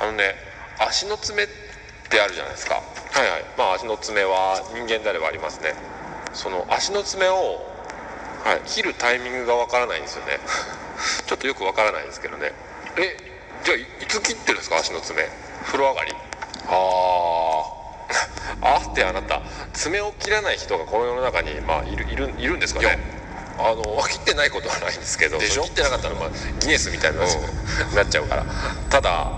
あのね足の爪ってあるじゃないですかはいはいまあ足の爪は人間であればありますねその足の爪を切るタイミングがわからないんですよね ちょっとよくわからないですけどねえじゃあいいつ切ってるんですか足の爪風呂上がりあ ああってあなた爪を切らない人がこの世の中に、まあ、いるいるいるんですかねあの切ってないことはないんですけどでしょ切ってなかったら、まあ、ギネスみたいなやつになっちゃうからただ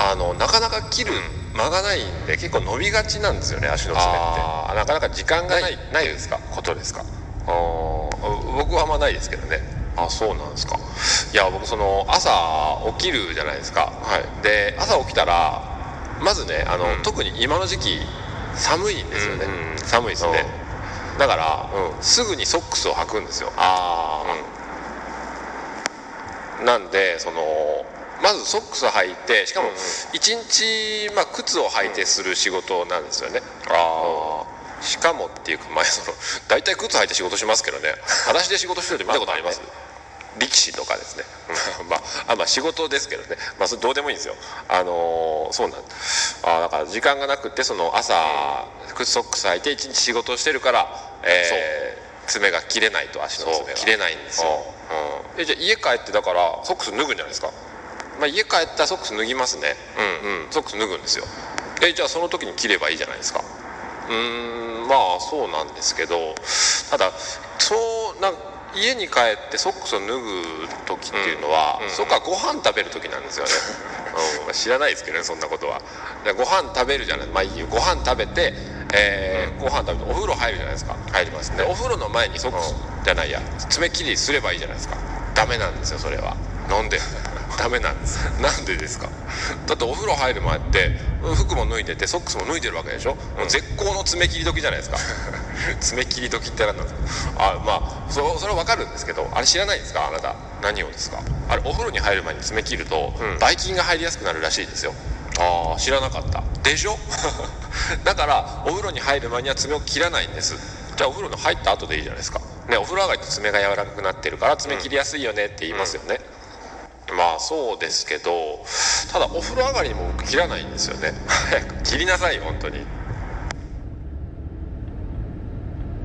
あのなかなか切る間がないんで結構伸びがちなんですよね足の爪ってなかなか時間がないないですかことですか僕はあんまないですけどねあそうなんですかいや僕その朝起きるじゃないですか、で朝起きたらまずねあの、特に今の時期寒いんですよね、寒いですねだから、すぐにソックスを履くんですよああ、うんなんでそのまずソックス履いてしかも1日、まあ、靴を履いてする仕事なんですよね、ああしかもっていうか前その大体靴履いて仕事しますけどね裸足で仕事してるって見たことあります力士とかですね、 まあ、あまあ仕事ですけどね、まあ、それどうでもいいんですよあのーそうなんあーだから時間がなくてその朝靴ソックス履いて一日仕事をしてるから、えー爪が切れないと足の爪が切れないんですようんえじゃあ家帰ってだからソックス脱ぐんじゃないですか、まあ、家帰ったらソックス脱ぎますねうんうんソックス脱ぐんですよえじゃあその時に切ればいいじゃないですかうーんまあそうなんですけどただそうなん家に帰ってソックスを脱ぐ時っていうのは、そっかご飯食べる時なんですよね、うんまあ知らないですけどねそんなことはでご飯食べるじゃないまあいいよご飯食べて、えーご飯食べてお風呂入るじゃないですか入りますねお風呂の前にソックスじゃないや爪切りすればいいじゃないですかダメなんですよそれはなんでダメなんです なんでですかだってお風呂入る前って服も脱いでてソックスも脱いでるわけでしょ、もう絶好の爪切り時じゃないですか 爪切り時って何なんですかあまあそそれは分かるんですけどあれ知らないんですかあなた何をですかあれお風呂に入る前に爪切ると、ばい菌が入りやすくなるらしいですよああ知らなかったでしょ だからお風呂に入る前には爪を切らないんですじゃあお風呂の入った後でいいじゃないですかねお風呂上がりって爪が柔らかくなってるから爪切りやすいよねって言いますよね、まあそう ですけどただお風呂上がりにも僕切らないんですよね早く切りなさい本当に